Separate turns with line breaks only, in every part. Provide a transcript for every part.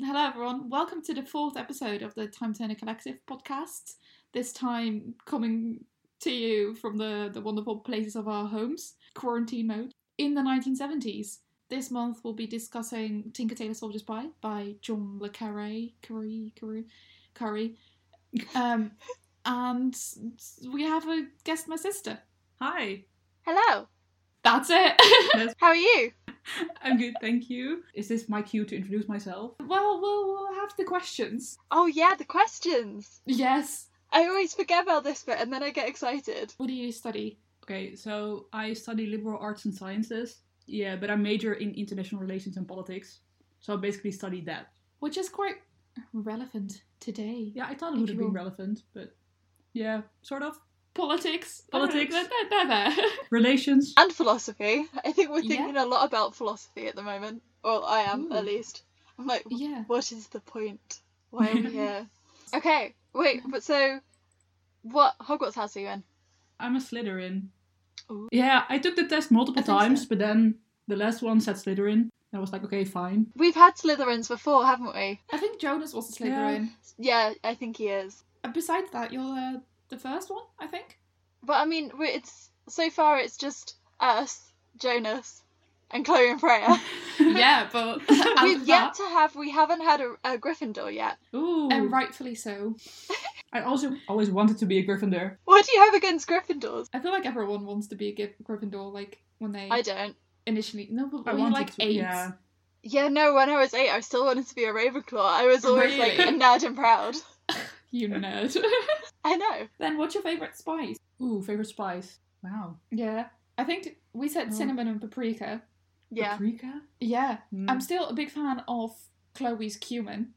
Hello, everyone. Welcome to the fourth episode of the Time Turner Collective podcast. This time coming to you from the, the wonderful places of our homes, quarantine mode, in the 1970s. This month we'll be discussing Tinker Tailor Soldier Spy by John Le Carré, Curry, Curry, Curry. Um, and we have a guest, my sister.
Hi,
Hello,
That's it.
how are you?
I'm good, thank you. Is this my cue to introduce myself?
well, well, we'll have the questions.
Oh, yeah, the questions.
Yes.
I always forget about this bit and then I get excited.
What do you study?
Okay, so I study liberal arts and sciences. Yeah, but I major in international relations and politics. So I basically studied that.
Which is quite relevant today.
Yeah, I thought it would have
Cool.
been relevant, but yeah, sort of.
Politics.
Politics.
They're, they're, they're there.
Relations.
And philosophy. I think we're thinking a lot about philosophy at the moment. Well, I am, at
Ooh.
least. I'm like,
yeah.
what is the point? Why are we here? okay, wait, but so, what Hogwarts house are you in?
I'm a Slytherin.
Ooh.
Yeah, I took the test multiple
Oh. I think
times,
so.
but then the last one said Slytherin. And I was like, okay, fine.
We've had Slytherins before, haven't we?
I think Jonas was a
Yeah.
Slytherin.
Yeah, I think he is.
And Besides that, you're uh, the first one, I think.
But I mean, we- it's so far it's just us, Jonas, and Chloe and Freya.
yeah, but out
We've
of
yet
that-
to have, we haven't had a, a Gryffindor yet.
Ooh.
and rightfully so.
I also always wanted to be a Gryffindor.
What do you have against Gryffindors?
I feel like everyone wants to be a Gry- Gryffindor, like when they
I don't.
initially. No, but
I
when you're
wanted
like
to,
eight.
Yeah.
Yeah, no, when I was eight, I still wanted to be a Ravenclaw. I was always like
Really?
a nerd and proud.
You nerd.
I know.
then what's your favourite spice?
Ooh, favorite spice. Wow.
Yeah. I think we said
Oh.
cinnamon and paprika.
Yeah.
Paprika?
Yeah.
Mm.
I'm still a big fan of Chloe's cumin.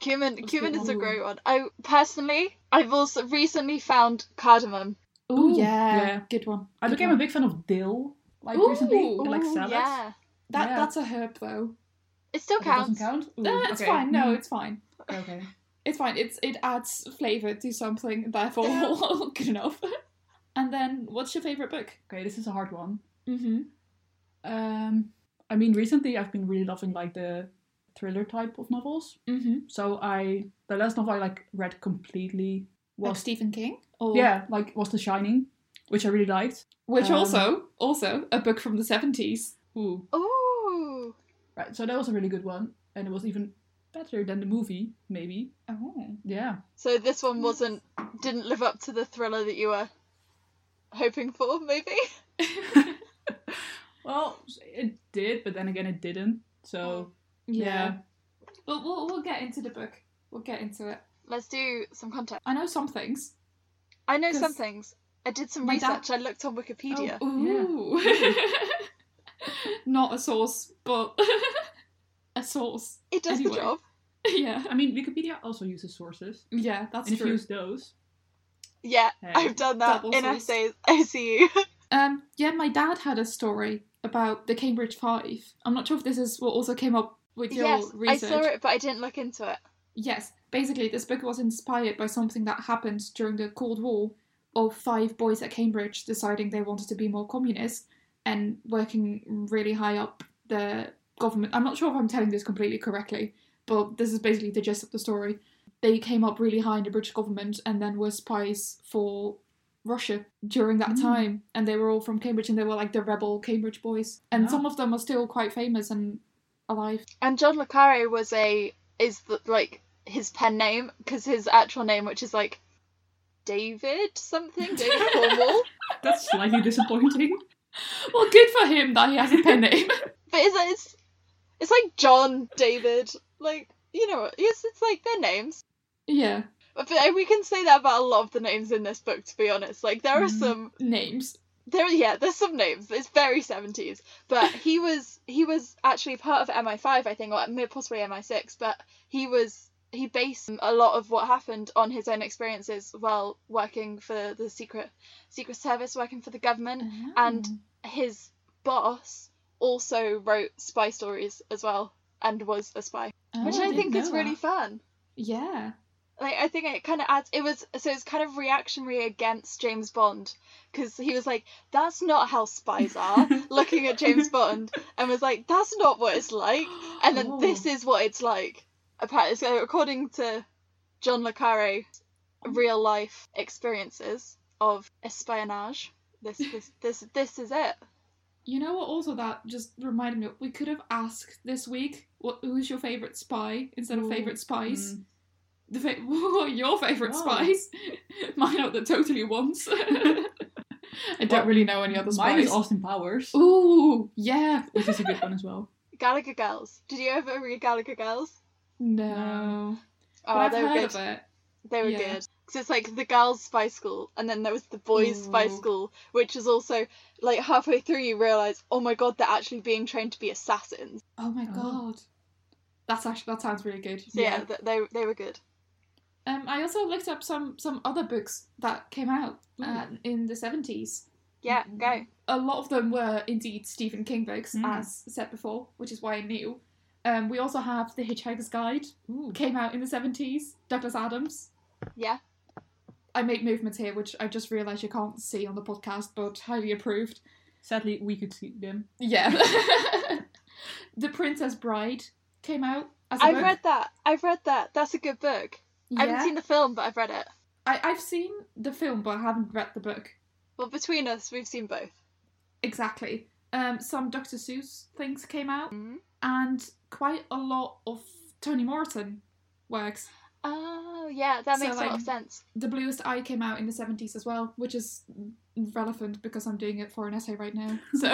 Cumin,
Let's
cumin
get
is a
on.
great one. I personally, I've also recently found cardamom.
Ooh,
yeah.
yeah.
Good one.
I
Good
became
one.
a big fan of dill, like
Ooh.
recently, in, like
Ooh,
salads.
Yeah,
That
yeah.
that's a herb though.
it still
It doesn't
counts.
count. Ooh,
No, it's
okay.
fine. No,
Mm,
it's fine.
okay, okay.
It's fine. It's it adds flavor to something. Therefore, good enough. And then, what's your favorite book?
Okay, this is a hard one.
Mm-hmm.
Um, I mean, recently I've been really loving like the thriller type of novels.
Mm-hmm.
So I, the last novel I like read completely
Like
was
Stephen King. Or,
yeah, like was The Shining, which I really liked.
Which
Um,
also also a book from the seventies.
Ooh,
Ooh,
right. So that was a really good one, and it was even better than the movie, maybe.
Oh.
Yeah.
so this one wasn't didn't live up to the thriller that you were hoping for, maybe.
Well, it did, but then again, it didn't. So Yeah.
But we'll we'll get into the book. We'll get into it.
Let's do some context.
I know some things.
I know
'Cause
some things. I did some
my dad- Oh,
research. I looked on Wikipedia.
Ooh. Not a source, but a source.
it does
anyway.
the job.
Yeah.
I mean, Wikipedia also uses sources.
Yeah, that's
and if
true.
you use those,
Yeah,
hey,
Oh,
I've done that
Double
in
source.
essays. I see you.
Um, yeah, my dad had a story about the Cambridge Five. I'm not sure if this is what also came up with your
yes,
research.
I saw it, but I didn't look into it.
Yes, basically, this book was inspired by something that happened during the Cold War of five boys at Cambridge deciding they wanted to be more communist and working really high up the government. I'm not sure if I'm telling this completely correctly, but this is basically the gist of the story. They came up really high in the British government and then were spies for Russia during that
Mm.
time. And they were all from Cambridge and they were like the rebel Cambridge boys. And
Wow.
some of them are still quite famous and alive.
And John le Carré was a is the, like his pen name because his actual name, which is like David something, David Cornwall.
that's slightly disappointing.
Well, good for him that he has a pen name.
But is that it's it's like John David, like you know, it's it's like their names.
yeah.
But we can say that about a lot of the names in this book. To be honest, like there are
Mm.
Mhm.
some
names.
there yeah there's some names it's very 70s but he was he was actually part of mi5 i think or mi- possibly mi6 but he was he based a lot of what happened on his own experiences while working for the secret secret service working for the government And- his boss also wrote spy stories as well and was a spy
Oh,
which i,
didn't
think is
know
really
that.
fun
yeah.
like I think it kind of adds it was so it's kind of reactionary against James Bond because he was like that's not how spies are looking at James Bond and was like that's not what it's like and then
Oh.
this is what it's like apparently, so according to John Le Carre, real life experiences of espionage. This, this, this, this is it.
You know what? Also, that just reminded me. We could have asked this week, "What who's your favorite spy?" instead of
Ooh,
favorite spies.
Mm.
The fa- what are your favorite
Wow.
spies? Mine are the totally ones. I don't really know any other
Mine
spies.
is Austin Powers,
Ooh, yeah.
which is a good one as well.
Gallagher Girls. Did you ever read Gallagher Girls?
No,
Oh,
but I've
they were
heard
good.
of it.
They were
Yeah.
good. Because it's like the girls' spy school, and then there was the boys' spy
Ooh.
school, which is also like halfway through you realise, oh my god, they're actually being trained to be assassins.
Oh my
Oh.
god, that's actually that sounds really good.
So yeah, th- they they were good.
Um, I also looked up some some other books that came out uh,
Ooh.
in the seventies.
Yeah,
Mm-hmm.
Mm.
go.
A lot of them were indeed Stephen King books,
Hmm.
Mm.
as said before, which is why I knew. Um, we also have The Hitchhiker's Guide,
Ooh.
came out in the seventies. Douglas Adams.
Yeah.
I make movements here, which I just realised you can't see on the podcast, but highly approved.
Sadly, we could see them.
Yeah. the Princess Bride came out as a
I've
book.
read that. I've read that. That's a good book.
yeah.
I haven't seen the film, but I've read it.
I, I've seen the film, but I haven't read the book.
Well, between us, we've seen both.
Exactly. Um, some Dr. Seuss things came out,
Mhm.
and quite a lot of Toni Morrison works.
Oh, yeah, that
So,
makes a lot
like-
of sense.
The Bluest Eye came out in the 70s as well, which is relevant because I'm doing it for an essay right now. So,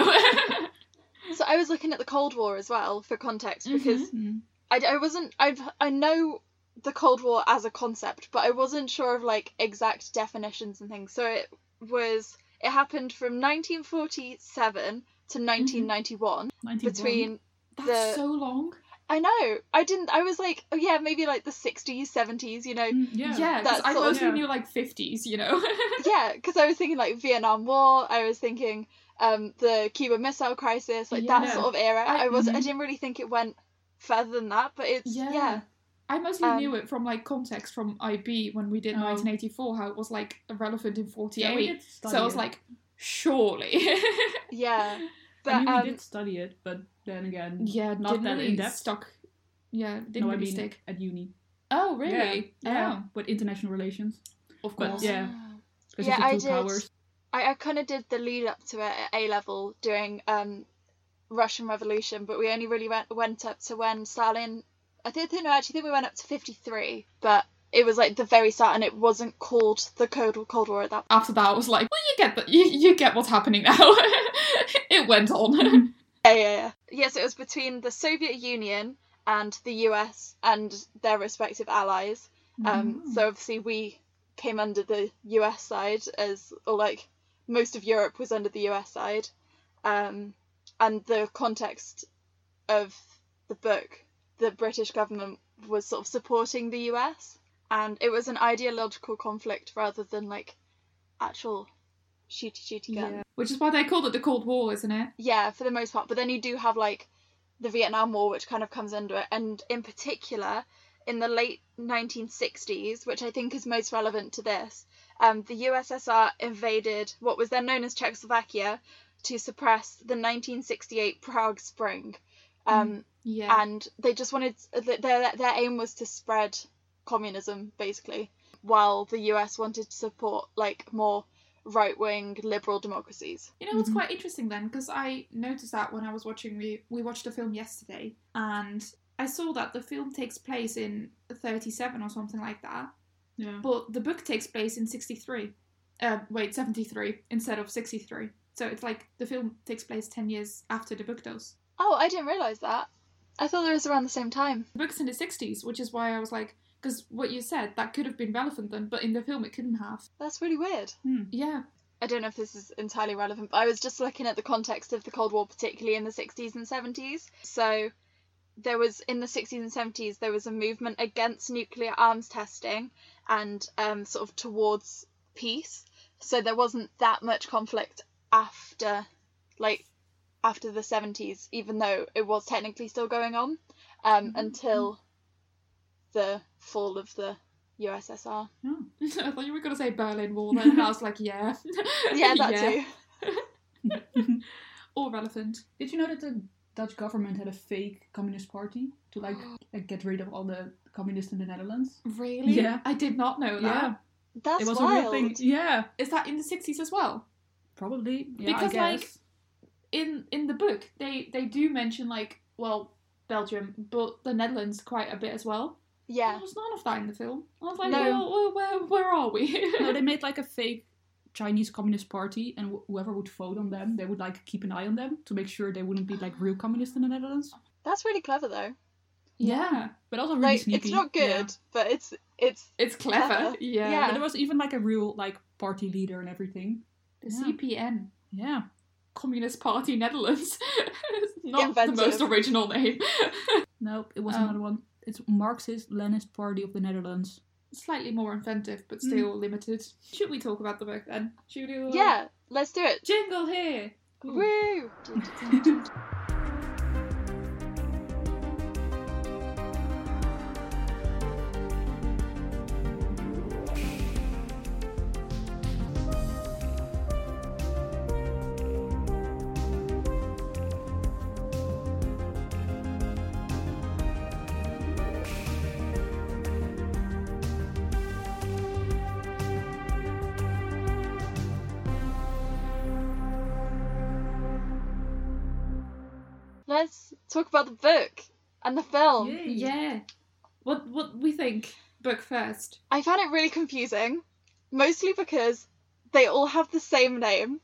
So I was looking at the Cold War as well for context
Mm-hmm.
because
Mm.
I, I wasn't I I know the Cold War as a concept, but I wasn't sure of like exact definitions and things. So it was it happened from 1947 to
Mm-hmm.
1991 between
that's
The-
so long.
I know I didn't I was like oh yeah maybe like the 60s 70s you know
Mm, yeah.
Yeah, because
That's
I
sort of-
mostly
Yeah.
knew like 50s, you know.
yeah because I was thinking like Vietnam War I was thinking um the Cuban Missile Crisis like that
Yeah.
sort of era
I-
I, was I
mhm.
didn't really think it went further than that but it's
yeah.
yeah.
I mostly
Um,
knew it from like context from IB when we did
Oh.
1984, how it was like relevant in
Yeah,
48.
we did study
so I was
it.
like, surely.
Yeah, but
I mean,
um,
we did study it, but then again,
Yeah,
Not
didn't
that
really
in-depth.
stuck. Yeah, didn't
no, I
really
mean
stick.
at uni.
Oh,
Yeah, yeah, but international relations.
Oh, of
But,
course.
yeah. Because
Yeah,
of the
I
two
did.
powers.
I, I kind of did the lead up to it at A level during um, Russian Revolution, but we only really went went up to when Stalin. I think think- no, I actually think we went up to fifty three, but it was like the very start, and it wasn't called the Cold Cold War at that.
After that, I was like, well, you get the, you, you get what's happening now. it went on.
Yeah, yeah, yeah. Yes, it was between the Soviet Union and the U.S. and their respective allies. Um,
Mhm.
So obviously we came under the US side as, or like most of Europe was under the US side, um, and the context of the book, the British government was sort of supporting the US, and it was an ideological conflict rather than like actual shooty shooty gun. Yeah.
Yeah. Which is why they called it the Cold War, isn't it?
for the most part. But then you do have like the Vietnam War, which kind of comes under it, and in particular in the late 1960s, which I think is most relevant to this, um, the USSR invaded what was then known as Czechoslovakia to suppress the 1968 Prague Spring. Um,
Yeah.
And they just wanted, th- their, their aim was to spread communism, basically, while the US wanted to support like more right wing liberal democracies.
you know what's
Mhm.
quite interesting then, because I noticed that when I was watching we we watched a film yesterday, and I saw that the film takes place in 37 or something like that,
Yeah.
but the book takes place in 63 uh, wait 73 instead of 63 so it's like the film takes place 10 years after the book does
Oh, I didn't realise that. I thought it was around the same time.
the book's in the 60s which is why i was like because what you said that could have been relevant then but in the film it couldn't have
That's really weird.
yeah
I don't know if this is entirely relevant, but I was just looking at the context of the Cold War, particularly in the 60s and 70s. So there was, in the 60s and 70s, there was a movement against nuclear arms testing and um, sort of towards peace. So there wasn't that much conflict after, like, after the 70s, even though it was technically still going on um,
Mm-hmm.
Mhm.
until the fall of the USSR.
Oh.
i thought you were going to say berlin wall then and i was like yeah
Yeah, that too.
all relevant
Did you know that the Dutch government had a fake communist party to like, like get rid of all the communists in the Netherlands.
Really?
Yeah.
I did not know that. Is
Yeah,
That's
it was
wild.
a real thing. Yeah,
that in the 60s as well?
probably. Yeah, I
Because, like,
guess.
In in the book, they they do mention like, well, Belgium, but the Netherlands quite a bit as well.
Yeah.
There was none of that in the film. I was like,
No.
well, well, where, where are we?
no, they made like a fake Chinese Communist Party, and wh- whoever would vote on them, they would like keep an eye on them to make sure they wouldn't be like real communists in the Netherlands.
That's really clever though.
yeah.
But also really
Like
sneaky.
it's not good,
yeah.
but it's it's
It's clever.
Clever.
Yeah.
Yeah.
But there was even like a real like party leader and everything.
The
Yeah.
CPN,
Yeah,
Communist Party Netherlands. It's not
Inventive.
the most original name.
no, it was
Um,
another one. It's Marxist Leninist Party of the Netherlands.
Slightly more inventive,
Mm.
but still limited. Should we talk about the book then? Should we? do a
yeah, let's do it.
Jingle here.
Woo! Let's talk about the book and the film.
Yeah. What what we think? Book first.
I found it really confusing, mostly because they all have the same name,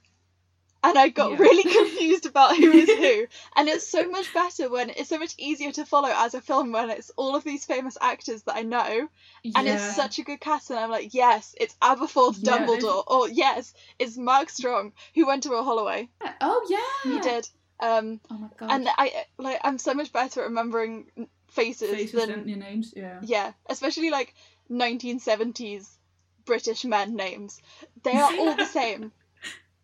and I got
Yeah.
really confused about who is who. And it's so much better when it's so much easier to follow as a film when it's all of these famous actors that I know, and
Yeah.
it's such a good cast. And I'm like, yes, it's Aberforth
Yeah, it's-
Dumbledore, or yes, it's Mark Strong who went to Earl Holloway.
Yeah. Oh yeah.
He did. Um,
Oh my god.
and I like I'm so much better at remembering faces,
Faces
than
and your names. Yeah.
yeah, especially like 1970s British men names. They are all the same.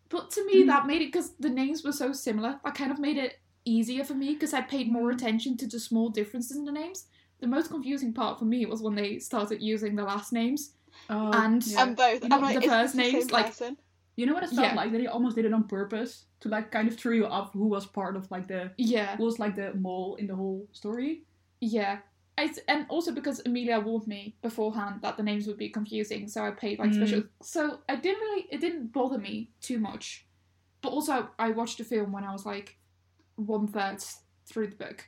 But to me,
Mm.
that made it because the names were so similar. That kind of made it easier for me because I paid more
Mm.
attention to the small differences in the names. The most confusing part for me was when they started using the last names.
Oh,
And-
yeah.
And both.
You know,
I'm like,
the
is this
first
the
names,
same
like-
person?
you know what it felt
Um, Yeah.
like? That they almost did it on purpose to like kind of trio up who was part of like the
Yeah,
was like the mole in the whole story.
yeah. I s and also because Amelia warned me beforehand that the names would be confusing, so I paid like
Mm.
special. So I didn't really, it didn't bother me too much. But also, I watched the film when I was like one third through the book.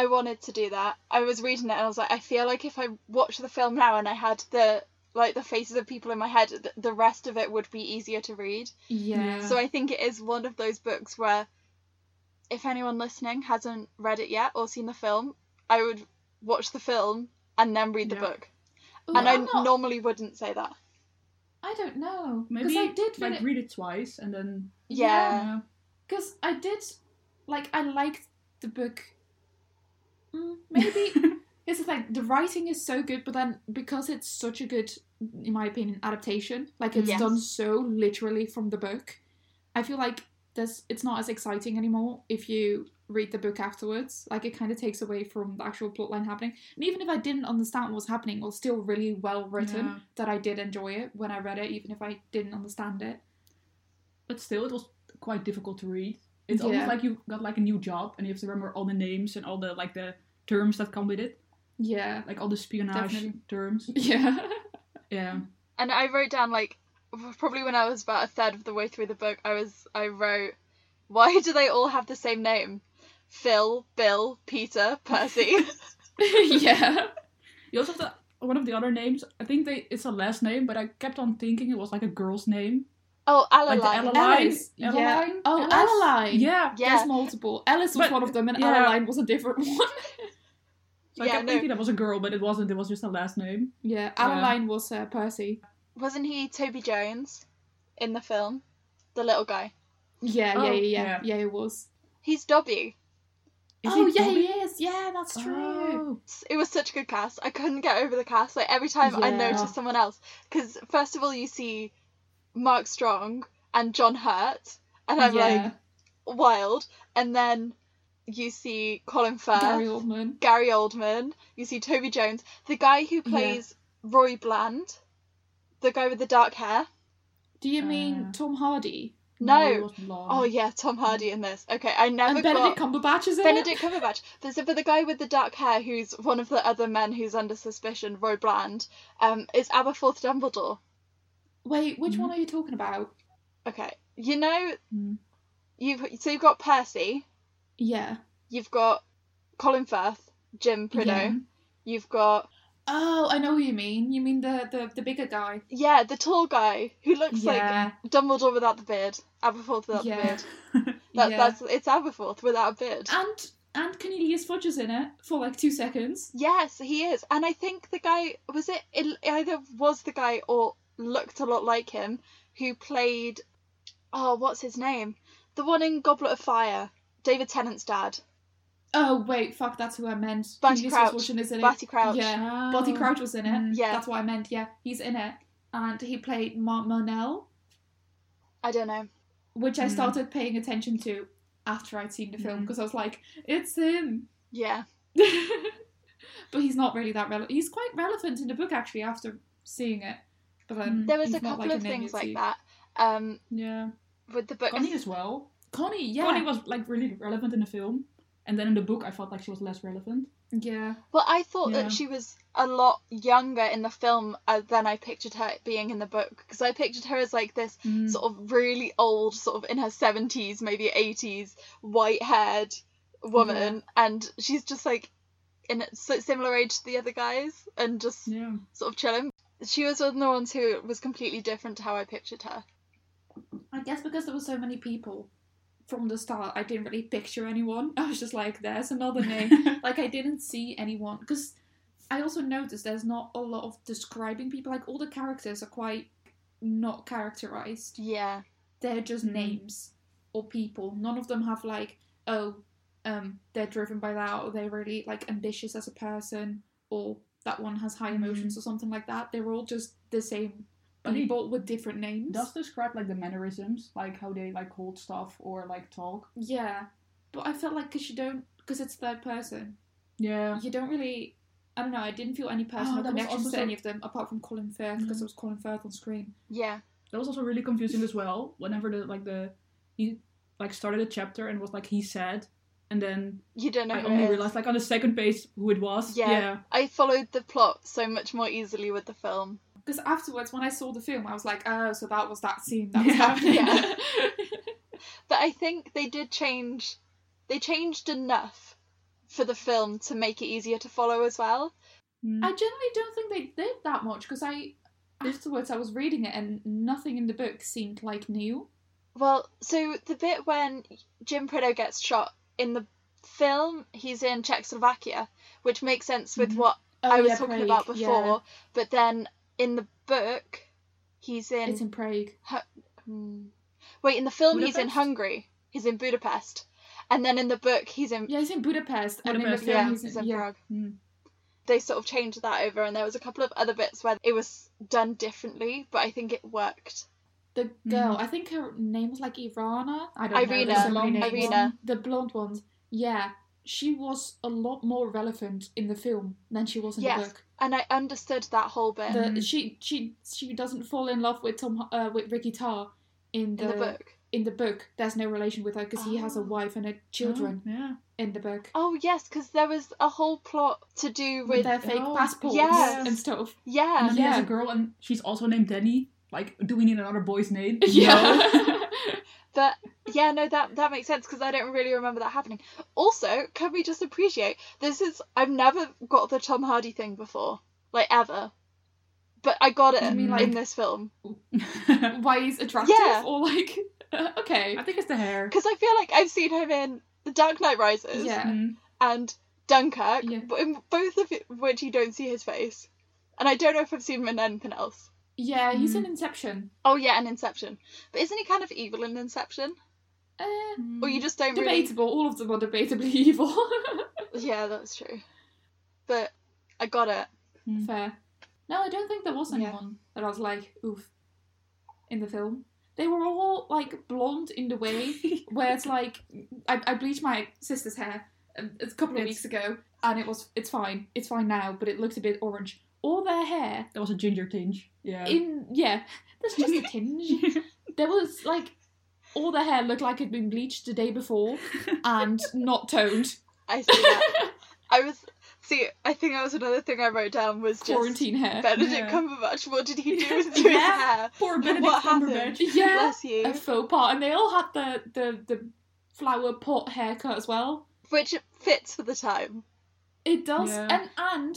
I wanted to do that. I was reading it and I was like, I feel like if I watched the film now and I had the like the faces of people in my head, th- the rest of it would be easier to read.
Yeah.
Yeah.
So I think it is one of those books where, if anyone listening hasn't read it yet or seen the film, I would watch the film and then read the
Yeah.
book.
Ooh,
and I
I'm not-
normally wouldn't say that.
I don't know.
Maybe
Because I did
like
fini-
read it twice and then
Yeah.
yeah.
Because I did, like, I liked the book. Mm, maybe it's the thing. The writing is so good, but then because it's such a good, in my opinion, adaptation, like it's
Yes.
done so literally from the book, I feel like there's it's not as exciting anymore if you read the book afterwards. Like it kind of takes away from the actual plotline happening. And even if I didn't understand what was happening, it was still really well written.
Yeah.
That I did enjoy it when I read it, even if I didn't understand it.
But still, it was quite difficult to read. It's
Yeah.
almost like you got like a new job and you have to remember all the names and all the like the terms that come with it,
Yeah.
like all the spionage
Definitely.
terms.
Yeah.
Yeah.
and I wrote down like probably when I was about a third of the way through the book, I was I wrote, why do they all have the same name? Phil, Bill, Peter, Percy.
yeah.
You also have the, one of the other names. I think they it's a last name, but I kept on thinking it was like a girl's name,
oh, Alaline.
like
Alice.
the Alaline.
Yeah.
Alaline?
Oh,
Alice?
Alaline.
Yeah.
Yeah.
There's multiple. Alice was
But-
one of them, and
yeah.
Alaline was a different one.
So I
yeah,
kept
no.
thinking that was a girl, but it wasn't. It was just a last name.
yeah, Alaline was uh, Percy.
Wasn't he Toby Jones in the film? The little guy.
Yeah,
Oh,
yeah, yeah, yeah,
yeah.
yeah. It was.
He's Dobby.
Is
oh,
it
yeah,
Dobby?
he is. Yeah, that's true.
Oh.
S- It was such a good cast. I couldn't get over the cast. Like every time I
Yeah.
noticed someone else, because first of all you see Mark Strong and John Hurt, and I'm
yeah,
like wild, and then you see Colin Firth.
Gary Oldman.
Gary Oldman, you see Toby Jones, the guy who plays Roy Bland, the guy with the dark hair.
Do you mean
Uh,
Tom Hardy?
No.
it was blonde.
Oh yeah, Tom Hardy in this. Okay, I never
and
got
Benedict Cumberbatch is in
Benedict Cumberbatch. There's but the guy with the dark hair who's one of the other men who's under suspicion, Roy Bland. Um, is Aberforth Dumbledore.
it. Wait, which
Mhm.
one are you talking about?
Okay, you know
Hmm.
Mm.
you've so you've got Percy,
Yeah.
you've got Colin Firth, Jim Prideaux,
Yeah.
you've got
Oh, I know who you mean. You mean the the, the bigger guy.
yeah the tall guy who looks
yeah.
like Dumbledore without the beard, Aberforth without
Yeah.
the beard. That,
yeah.
That's it's Aberforth without a beard.
And and Cornelius Fudge is in it for like two seconds.
Yes, he is. And I think the guy was it, it either was the guy or looked a lot like him who played oh, what's his name? The one in Goblet of Fire, David Tennant's dad,
Oh wait, fuck, that's who I meant.
Barty
Cornelius
Crouch.
Fudge is in it.
Barty Crouch.
Yeah.
Oh.
Barty Crouch was in it.
Mm.
Yeah.
That's what I meant. Yeah, he's in it, and he played Mark Monell,
I don't know.
which I
Mm.
started paying attention to after I'd seen the film
Mm.
because I was like, it's him.
Yeah.
but he's not really that relevant. He's quite relevant in the book actually after seeing it. But um,
Mm.
There was
he's
a
not,
couple
like,
of
an
things like
NBC.
that. Um
Yeah.
with the book
Connie as well.
Connie, yeah,
Connie was like really relevant in the film, and then in the book I felt like she was less relevant.
yeah.
Well, I thought
Yeah.
that she was a lot younger in the film uh, than I pictured her being in the book because I pictured her as like this
Mm.
sort of really old, sort of in her 70s, maybe 80s, white haired woman, and she's just like in a si- similar age to the other guys and just
Yeah.
sort of chilling. She was one of the ones who was completely different to how I pictured her.
I guess because there were so many people from the start, I didn't really picture anyone. I was just like, there's another name. like I didn't see anyone because I also noticed there's not a lot of describing people. Like all the characters are quite not characterized.
Yeah,
They're just
Mhm.
names or people. None of them have like oh um they're driven by that or they're really like ambitious as a person or that one has high
Mm-hmm.
emotions or something like that. They were all just the same
But he
people with different names.
does describe like the mannerisms, like how they like hold stuff or like talk.
Yeah, but I felt like because you don't because it's third person,
Yeah. Oh,
you don't really. I don't know. I didn't feel any personal
that was
connections
also
to
so-
any of them apart from Colin Firth because
Mm.
it was Colin Firth on screen.
yeah,
That was also really confusing as well. Whenever the like the he like started a chapter and was like he said, and then
you don't know.
I
who
only
it is.
realized like on the second page who it was.
Yeah. I followed the plot so much more easily with the film.
Because afterwards, when I saw the film, I was like, oh, so that was that scene that was
Yeah.
happening.
Yeah. But I think they did change. They changed enough for the film to make it easier to follow as well.
Mm.
I generally don't think they did that much because I afterwards I was reading it and nothing in the book seemed like new.
Well, so the bit when Jim Prideaux gets shot in the film, he's in Czechoslovakia, which makes sense with
Mhm.
what
Oh,
I was
yeah,
talking
Prague,
about
yeah.
before. But then in the book, he's in.
It's in Prague.
Hmm. wait, in the film, he's in
Budapest?
Hungary. He's in Budapest. And then in the book, he's in.
Yeah, it's in Budapest. and in the
Budapest,
film
Yeah,
he's in-
he's in
yeah. Hmm.
Prague.
Mm.
They sort of changed that over, and there was a couple of other bits where it was done differently, but I think it worked.
The girl, I think her name was like Irana. I don't know.
Irina.
there's so many names.
Irina.
The blonde ones. Yeah, she was a lot more relevant in the film than she was in
Yes.
the book.
And I understood that whole bit
The,
Mm.
She she she doesn't fall in love with Tom uh, with Ricky Tarr in the,
in the book.
in the book. There's no relation with her because he has a
Oh.
wife and a children
Oh, yeah.
in the book.
Oh yes, because there was a whole plot to do
With
with
their fake
oh,
passports
yes.
and stuff.
And
yeah,
then there's
Yeah.
a girl and she's also named Danny. Like, do we need another boy's name? No.
Yeah.
but yeah, no, that that makes sense because I don't really remember that happening. Also, can we just appreciate this is I've never got the Tom Hardy thing before, like ever, but I got it
You
mean,
like-
in this film
Why he's attractive
Yeah.
or like okay.
I think it's the hair.
because I feel like I've seen him in The Dark Knight Rises
Yeah.
Mm.
and Dunkirk,
Yeah.
but in both of it, which you don't see his face, and I don't know if I've seen him in anything else.
Yeah,
Hmm.
he's in
Mm.
Inception.
Oh yeah, and Inception, but isn't he kind of evil in Inception?
Uh,
Or you just don't really Hmm.
Debatable. All of them are debatably evil.
Yeah, that's true. But I got it.
Fair. No, I don't think there was
Yeah.
anyone that I was like, oof, in the film. They were all like blonde in the way where it's like I, I bleached my sister's hair um, a couple of
Yes.
weeks ago, and it was it's fine, it's fine now, but it looked a bit orange. All their hair
That was a ginger tinge. Yeah.
in yeah, there's just a tinge. there was like all their hair looked like it had been bleached the day before and not toned.
I see that. I was see. I think that was another thing I wrote down was just
Quarantine hair.
Benedict
Yeah.
Cumberbatch. What did he do with doing
Yeah.
hair?
Poor Benedict
What happened?
Cumberbatch.
Yeah.
Bless you.
a faux pas, and they all had the the the flower pot haircut as well.
Which fits for the time.
It does,
Yeah.
and and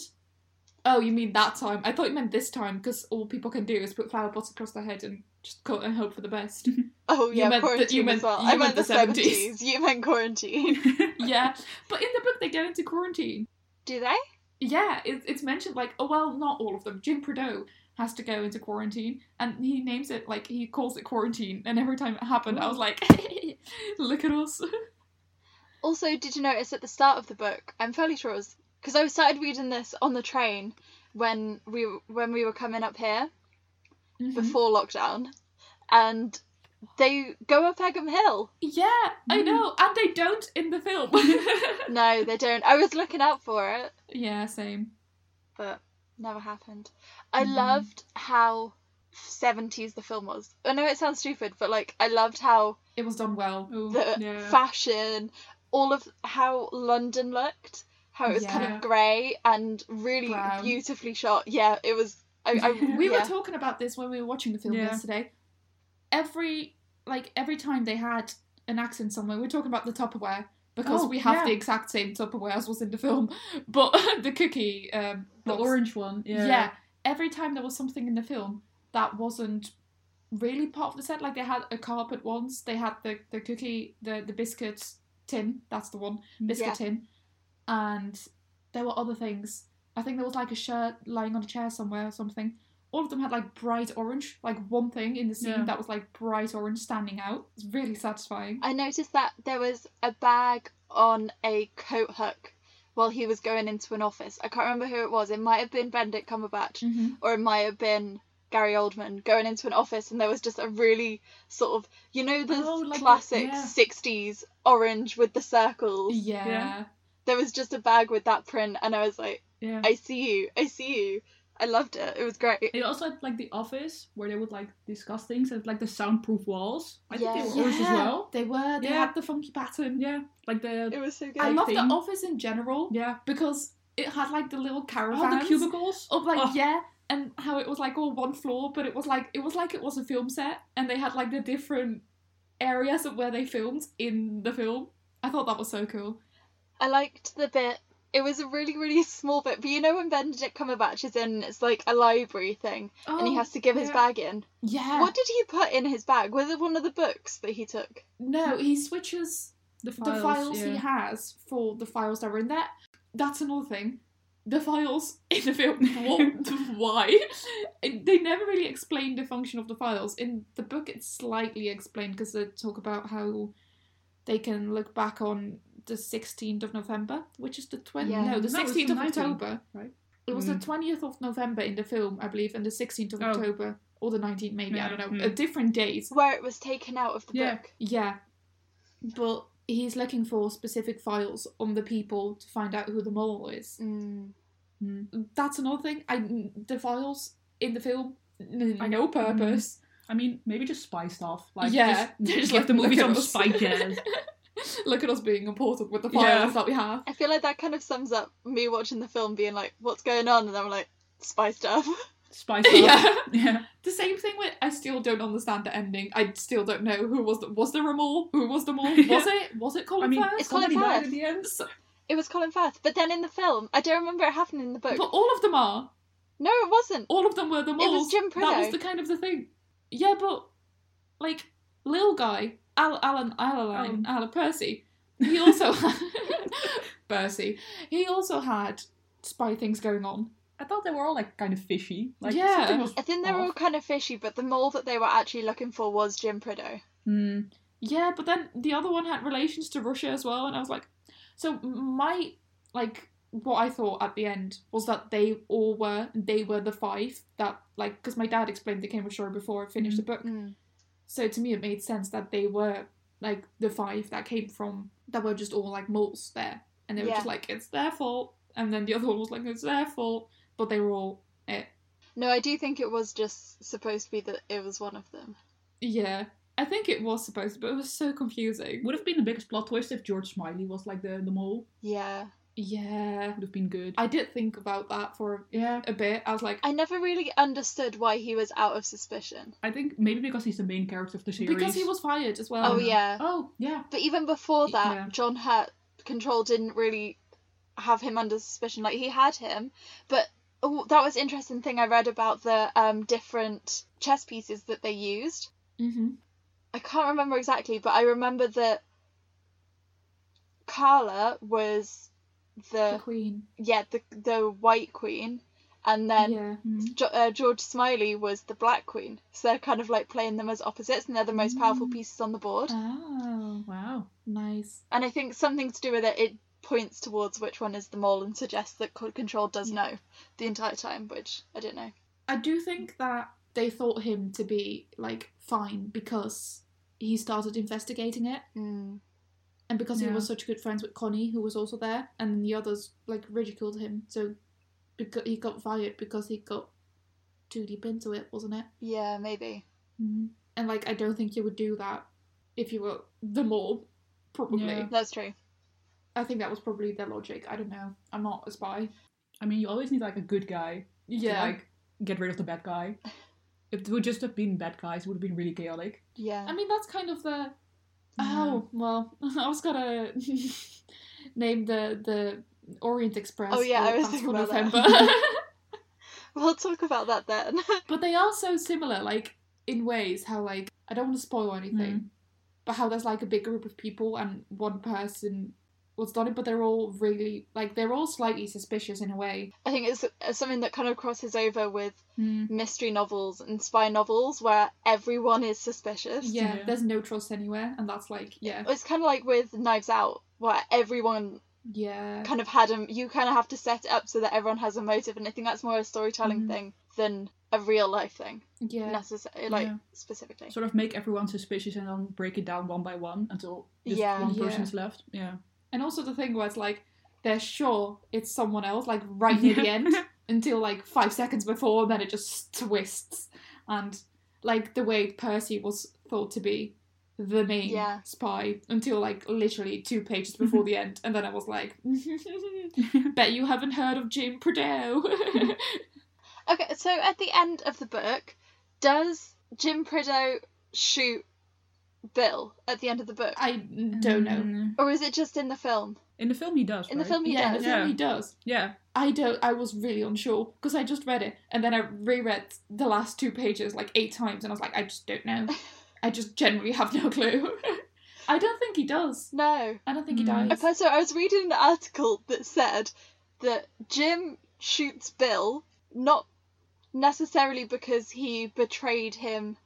oh, you mean that time? I thought you meant this time because all people can do is put flower pots across their head and just cut and hope for the best.
Oh
You
yeah,
meant the- you
quarantine
meant-
as well.
you
I
meant
meant
the
the
70s.
seventies. You meant quarantine.
yeah, but in the book they go into quarantine.
do they?
Yeah, it, it's mentioned like oh well, not all of them. Jim Prideaux has to go into quarantine, and he names it like he calls it quarantine. And every time it happened, I was like, look at us.
Also, did you notice at the start of the book? I'm fairly sure it was because I started reading this on the train when we when we were coming up here
Mm-hmm.
Mm-hmm.
before lockdown, and they go up Egham Hill.
Yeah, I
Mm.
know, and they don't in the film.
No, they don't. I was looking out for it,
yeah, same.
but never happened. I
Mhm.
loved how seventies the film was. I know it sounds stupid, but like I loved how
It was done well.
Oh,
the
yeah.
fashion, all of how London looked, how it was kind
Yeah.
of grey and really
Brown.
beautifully shot. Yeah, it was. I, I
We
yeah.
were talking about this when we were watching the film
Yeah.
yesterday. Every like every time they had an accent somewhere, we're talking about the Tupperware because
Oh,
we have
yeah.
the exact same Tupperware as was in the film, but the cookie, um,
the
box-
orange one. Yeah.
yeah. Every time there was something in the film that wasn't really part of the set, like they had a carpet once, they had the the cookie, the the biscuit tin. That's the one. biscuit
Yeah.
tin, and there were other things. I think there was like a shirt lying on a chair somewhere or something. All of them had like bright orange, like one thing in the scene
Yeah.
that was like bright orange standing out. It's really satisfying.
I noticed that there was a bag on a coat hook while he was going into an office. I can't remember who it was. It might have been Benedict Cumberbatch
Mm.
or it might have been Gary Oldman going into an office and there was just a really sort of you know the
Oh, like the-
classic
yeah.
60s orange with the circles.
Yeah.
Yeah.
There was just a bag with that print and I was like
Yeah.
I see you. I see you. I loved it. It was great.
It also had like the office where they would like discuss things and like the soundproof walls. I think they
Yes.
were orange as well.
They were. They
Yeah.
had the funky pattern.
Yeah, like the
It was so good.
I
Like
love the
thing.
office in general
yeah,
because it had like Oh, the little
all
caravans
the cubicles.
of like
Oh.
yeah, and how it was like all one floor, but it was like it was like it was a film set, and they had like the different areas of where they filmed in the film. I thought that was so cool.
I liked the bit. It was a really, really small bit, but you know when Benedict Cumberbatch is in, it's like a library thing,
Oh,
and he has to give his
yeah.
bag in.
yeah.
What did he put in his bag? Was it one of the books that he took?
No, he switches
The
the files he has for the files that were in there. That's another thing. The files in the film. What? why? It- they never really explain the function of the files. In the book, it's slightly explained because they talk about how they can look back on the 16th of November, which is the 20th.
Yeah.
No, the
No, it's
16th
the
of
19th,
October.
right?
It was
Mm.
the 20th of November in the film, I believe, and the 16th of
Oh.
October, or the 19th, maybe. I
Yeah.
don't know.
Mm.
A different date.
Where it was taken out of the
Yeah.
book.
Yeah. But he's looking for specific files on the people to find out who the mole is.
Mm.
That's another thing. I the files in the film n-
I-
no purpose.
I mean, maybe just spy stuff. Like
Yeah,
just,
they're just
give
like,
the movie
look
some
at us.
spy jazz.
Look at us being important with the files
Yeah.
that we have.
I feel like that kind of sums up me watching the film, being like, "What's going on?" and I'm like, "Spy stuff."
spy stuff. Yeah.
yeah. The same thing with I still don't understand the ending. I still don't know who was the, was there a mole? Who was the mole? Was it was it
I
Colin
mean,
Firth?
it's
somebody
Colin
died
Firth.
at the end.
So-
It was Colin Firth, but then in the film, I don't remember it happening in the book.
But all of them are.
No, it wasn't.
All of them were the moles.
Jim
That was
Prideaux.
the kind of the thing. Yeah, but like little guy, Al- Alan
Oh.
Alaline, Alan Percy. He also had Percy. He also had spy things going on.
I thought they were all like kind of fishy. Like
Yeah.
something was.
I think they were all
off.
kind of fishy, but the mole that they were actually looking for was Jim Prideaux.
Hmm.
Yeah, but then the other one had relations to Russia as well, and I was like, so my like what I thought at the end was that they all were they were the five that like because my dad explained the Cambridge story before I finished the book.
Mm.
So to me, it made sense that they were like the five that came from that were just all like moles there, and they were
Yeah.
just like it's their fault, and then the other one was like it's their fault, but they were all it.
No, I do think it was just supposed to be that it was one of them.
Yeah, I think it was supposed to, but it was so confusing.
Would have been the biggest plot twist if George Smiley was like the the mole.
Yeah.
Yeah.
Would have been good.
I did think about that for
yeah.
a bit. I was like,
I never really understood why he was out of suspicion.
I think maybe because he's the main character of the series.
because he was fired as well.
Oh, yeah.
Oh yeah.
But even before that,
Yeah.
John Hurt Control didn't really have him under suspicion. Like he had him, but oh, that was interesting thing I read about the um, different chess pieces that they used.
hmm
I can't remember exactly, but I remember that Carla was
The
the
queen.
yeah the the white queen, and then
yeah.
Mhm.
Jo- uh, George Smiley was the black queen. So they're kind of like playing them as opposites, and they're the most powerful
Mm.
pieces on the board.
Oh,
Wow.
nice.
And I think something to do with it, it points towards which one is the mole and suggests that c- Control does know the entire time, which I don't know.
I do think that they thought him to be like fine because he started investigating it
Mm.
and because he
Yeah.
was such good friends with Connie who was also there and the others like ridiculed him so because he got fired because he got too deep into it wasn't it
Yeah, maybe.
mm-hmm. and like I don't think you would do that if you were the mole probably
Yeah.
That's true.
I think that was probably their logic I don't know I'm not a spy
I mean, you always need like a good guy
yeah
to like get rid of the bad guy. If it would just have been bad guys, it would have been really chaotic.
Yeah.
I mean, that's kind of the.
Yeah.
Oh well, I was gonna name the the Orient Express.
Oh, yeah,
but
I was
that's
thinking
for
about that.
November.
We'll talk about that then.
but they are so similar, like in ways how like I don't want to spoil anything, but how there's like a big group of people and one person was done it, but they're all really like they're all slightly suspicious in a way.
I think it's uh, something that kind of crosses over with
Mm.
mystery novels and spy novels where everyone is suspicious.
Yeah,
Yeah.
there's no trust anywhere, and that's like yeah,
It's kind of like with Knives Out, where everyone
yeah.
kind of had a. You kind of have to set it up so that everyone has a motive, and I think that's more a storytelling
Mhm.
thing than a real life thing,
Mm-hmm. Yeah,
necessarily, like
Yeah.
Hmm.
specifically.
Sort of make everyone suspicious and then break it down one by one until just
Yeah.
one
Yeah.
person's left. Yeah.
and also the thing where it's like they're sure it's someone else, like right near the end, until like five seconds before, and then it just twists. And like the way Percy was thought to be the main
Yeah.
spy until like literally two pages before the end, and then I was like, "Bet you haven't heard of Jim Prideaux."
Okay, so at the end of the book, does Jim Prideaux shoot Bill at the end of the book?
I don't know.
Mm.
Or is it just in the film?
In the film, he does.
In the
right?
film, he
Yeah,
does.
the film
Yeah.
he does.
Yeah.
I don't. I was really unsure because I just read it and then I reread the last two pages like eight times, and I was like, I just don't know. I just generally have no clue. I don't think he does.
No.
I don't think he
Mm.
dies.
Okay, so I was reading an article that said that Jim shoots Bill not necessarily because he betrayed him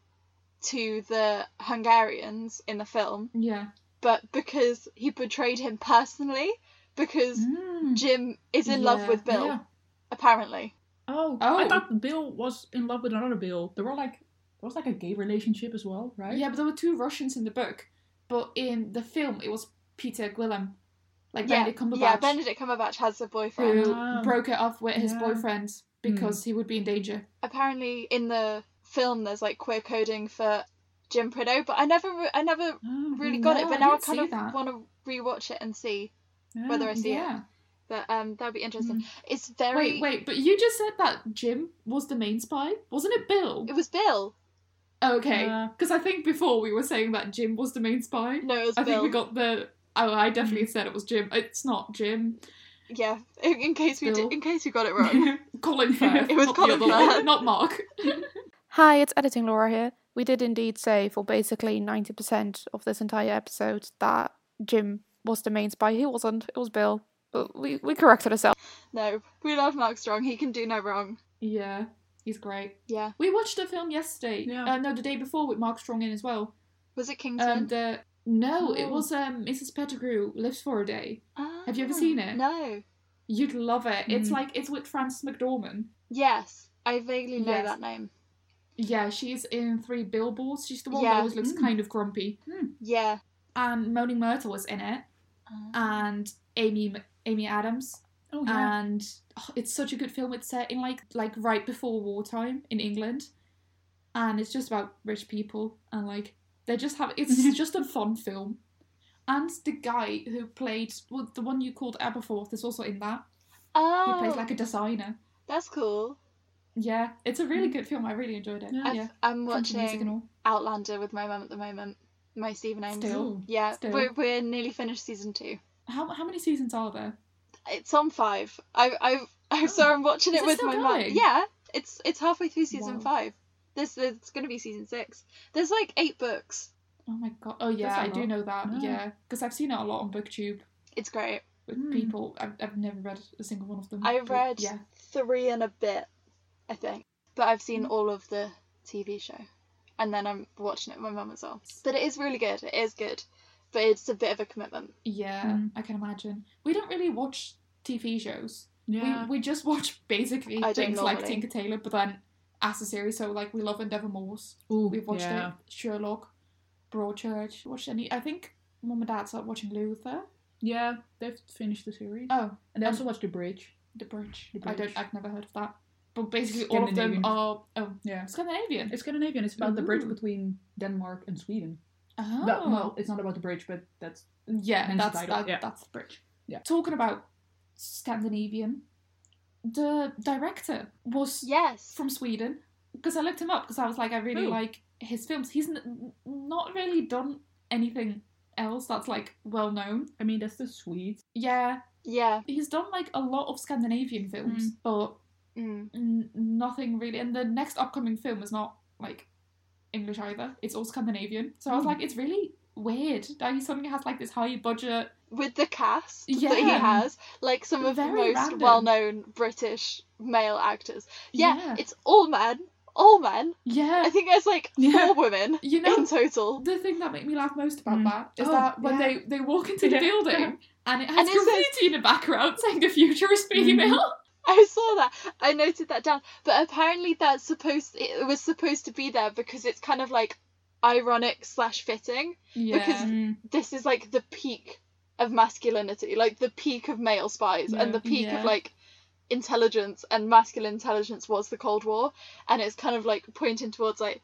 to the Hungarians in the film,
Yeah.
but because he betrayed him personally because
Mm.
Jim is in love
Yeah.
with Bill,
Yeah.
apparently.
Oh.
Oh.
I thought Bill was in love with another Bill. There were like there was like a gay relationship as well, right?
Yeah, but there were two Russians in the book, but in the film it was Peter Gwillem, like
Yeah,
Benedict Cumberbatch,
Yeah, Benedict Cumberbatch has a boyfriend.
who
Ah.
broke it off with his
Yeah. Hmm.
boyfriend because he would be in danger.
Apparently, in the film, there's like queer coding for Jim Prideaux, but I never, re- I never
Oh,
really
No,
got it.
I
But now I
didn't
kind
see
of
that.
want to rewatch it and see.
yeah.
whether I see it.
yeah. Mm.
But um, that would be interesting. It's very.
Wait, wait, but you just said that Jim was the main spy, wasn't it? Bill.
It was Bill.
Okay,
Uh,
Yeah.
because I think before we were saying that Jim was the main spy.
No, it was
I
Bill.
think we got the. Oh, I definitely said it was Jim. It's not Jim.
Yeah, in, in case we
Bill.
did, in case we got it wrong.
Colin Firth.
It was
not the
Colin
other one,
Firth.
not Mark.
Hi, it's editing Laura here. We did indeed say for basically 90% of this entire episode that Jim was the main spy. He wasn't, it was Bill. But we, we corrected ourselves.
no, we love Mark Strong. He can do no wrong.
Yeah, he's great.
Yeah.
We watched a film yesterday.
Yeah.
Uh, no, the day before with Mark Strong in as well.
Was it Kingsman?
Um, the no, it
Oh.
was um, Mrs. Pettigrew lives for a day. have you ever
Ah,
seen it?
No.
You'd love it. It's
Mm.
like it's with Frances McDormand.
Yes, I vaguely know
Yes.
that name.
Yeah, she's in Three Billboards. She's the one that
Yeah.
always looks
Mm.
kind of grumpy.
Yeah. Ah,
And Moaning Myrtle was in it, and Amy Amy Adams.
Oh yeah.
And oh, it's such a good film. It's set in like like right before wartime in England, and it's just about rich people and like They just have it's just a fun film. And the guy who played well, the one you called Aberforth is also in that. He
Oh,
plays like a designer.
that's cool.
Yeah, it's a really good film. I really enjoyed it.
Mm. Yeah.
Oh, Yeah,
I've- I'm
Country music and
watching
all.
Outlander with my mum at the moment. My Stephen Ames.
Still.
Ooh.
Yeah,
Still.
We're, we're nearly finished season two.
How how many seasons are there?
It's on five. I I I so I'm watching
Is
it
it
with
still
my mum.
going?
Yeah, it's it's halfway through season
Wow.
five. This it's going to be season six. There's like eight books.
Oh my god! Oh yeah,
a
I do
lot.
know that.
Yeah.
Yeah, because I've seen it a lot on BookTube
It's great.
with
Hmm.
people. I've, I've never read a single one of them.
I
but
read
Yeah,
three and a bit, I think. But I've seen
Mm.
all of the TV show, and then I'm watching it with my mum as well. But it is really good. It is good, but it's a bit of a commitment.
yeah,
Hmm.
I can imagine. We don't really watch TV shows.
Yeah.
We we just watch basically
I don't
things like
normally.
Tinker Tailor, but then as a series. So like we love Endeavour Morse.
Ooh,
We've watched
yeah.
it. Sherlock, Broadchurch. Watched any? I think Mum and Dad started watching Luther.
Yeah, they've finished the series.
Oh,
and they
and-
also watched The Bridge.
The Bridge.
The
I don't.
Bridge.
I've never heard of that. But basically, all of them
Scandinavian.
are oh
Yeah.
Scandinavian.
It's Scandinavian. It's about the bridge
Ooh.
between Denmark and Sweden.
Oh.
Well, no, it's not about the bridge, but that's
Yeah,
Hence the
that's
title,
that,
yeah.
that's the bridge.
Yeah.
Talking about Scandinavian, the director was
Yes.
from Sweden because I looked him up because I was like, I really
Who?
like his films. He's n- not really done anything else that's like well known.
I mean that's the Swedes.
Yeah,
Yeah.
he's done like a lot of Scandinavian films,
Hmm.
but
Mm.
n- nothing really. And the next upcoming film is not like English either. It's all Scandinavian. So I was
Hmm.
like, it's really weird that he suddenly has like this high budget
With the cast that he
Yeah.
has, like some of the
Very
most
random.
well-known British male actors. Yeah,
Yeah.
it's all men. All men.
Yeah.
I think there's like
Yeah.
four women
You know,
in total.
the thing that made me laugh most about
Mm.
that is
Oh,
that when
yeah.
they, they walk into the
Yeah.
building and it has
And it says-
graffiti in the background saying the future is
Mm-hmm.
female.
I saw that. I noted that down. But apparently that's supposed it was supposed to be there because it's kind of like ironic slash fitting.
Yeah.
Because-
Mm.
This is like the peak of masculinity, like the peak of male spies and the peak
Yeah.
of like intelligence and masculine intelligence was the Cold War and it's kind of like pointing towards like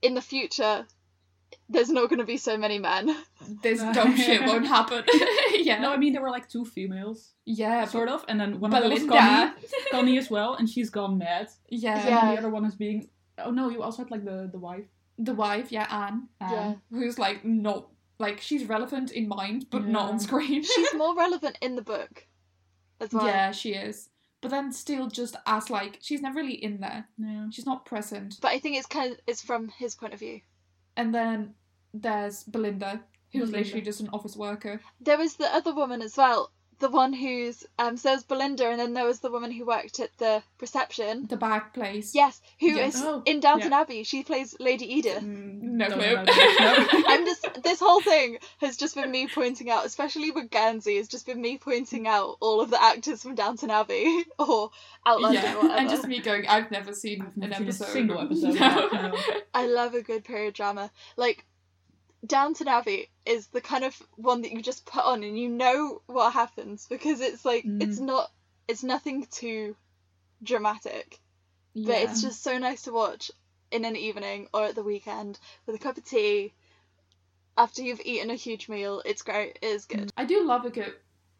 in the future there's not gonna be so many men.
this dumb shit won't happen. yeah.
No, I mean there were like two females,
yeah.
sort of, and then one
but
of them was
Linda.
Connie, Connie as well, and she's gone mad.
Yeah.
And
Yeah.
then the other one is being. Oh no, you also had like the the wife. Uh,
The wife, yeah, Anne,
Yeah.
who's like not, like, she's relevant in mind, but not
Yeah.
on screen.
She's more relevant in the book as well.
yeah, she is. But then still just as, like, she's never really in there.
Yeah.
She's not present.
But I think it's kind of it's from his point of view.
And then there's Belinda, who's
Belinda.
literally just an office worker.
There was the other woman as well, the one who's um so there was Belinda and then there was the woman who worked at the reception.
The bag place.
Yes, who is
Yes.
Oh,
in Downton Abbey. She plays Lady Edith.
No
Mm, Don't
clue.
know that. No.
I'm just this whole thing has just been me pointing out, especially with Guernsey, has just been me pointing out all of the actors from Downton Abbey or Outlander
yeah,
or whatever.
and just me going. I've never seen
I've never
an
seen a
episode.
single episode
No.
of that, no.
I love a good period drama. Like Downton Abbey is the kind of one that you just put on and you know what happens because it's like
Mm.
it's not it's nothing too dramatic. But it's
Yeah.
just so nice to watch in an evening or at the weekend with a cup of tea after you've eaten a huge meal. It's great. It is good.
I do love a good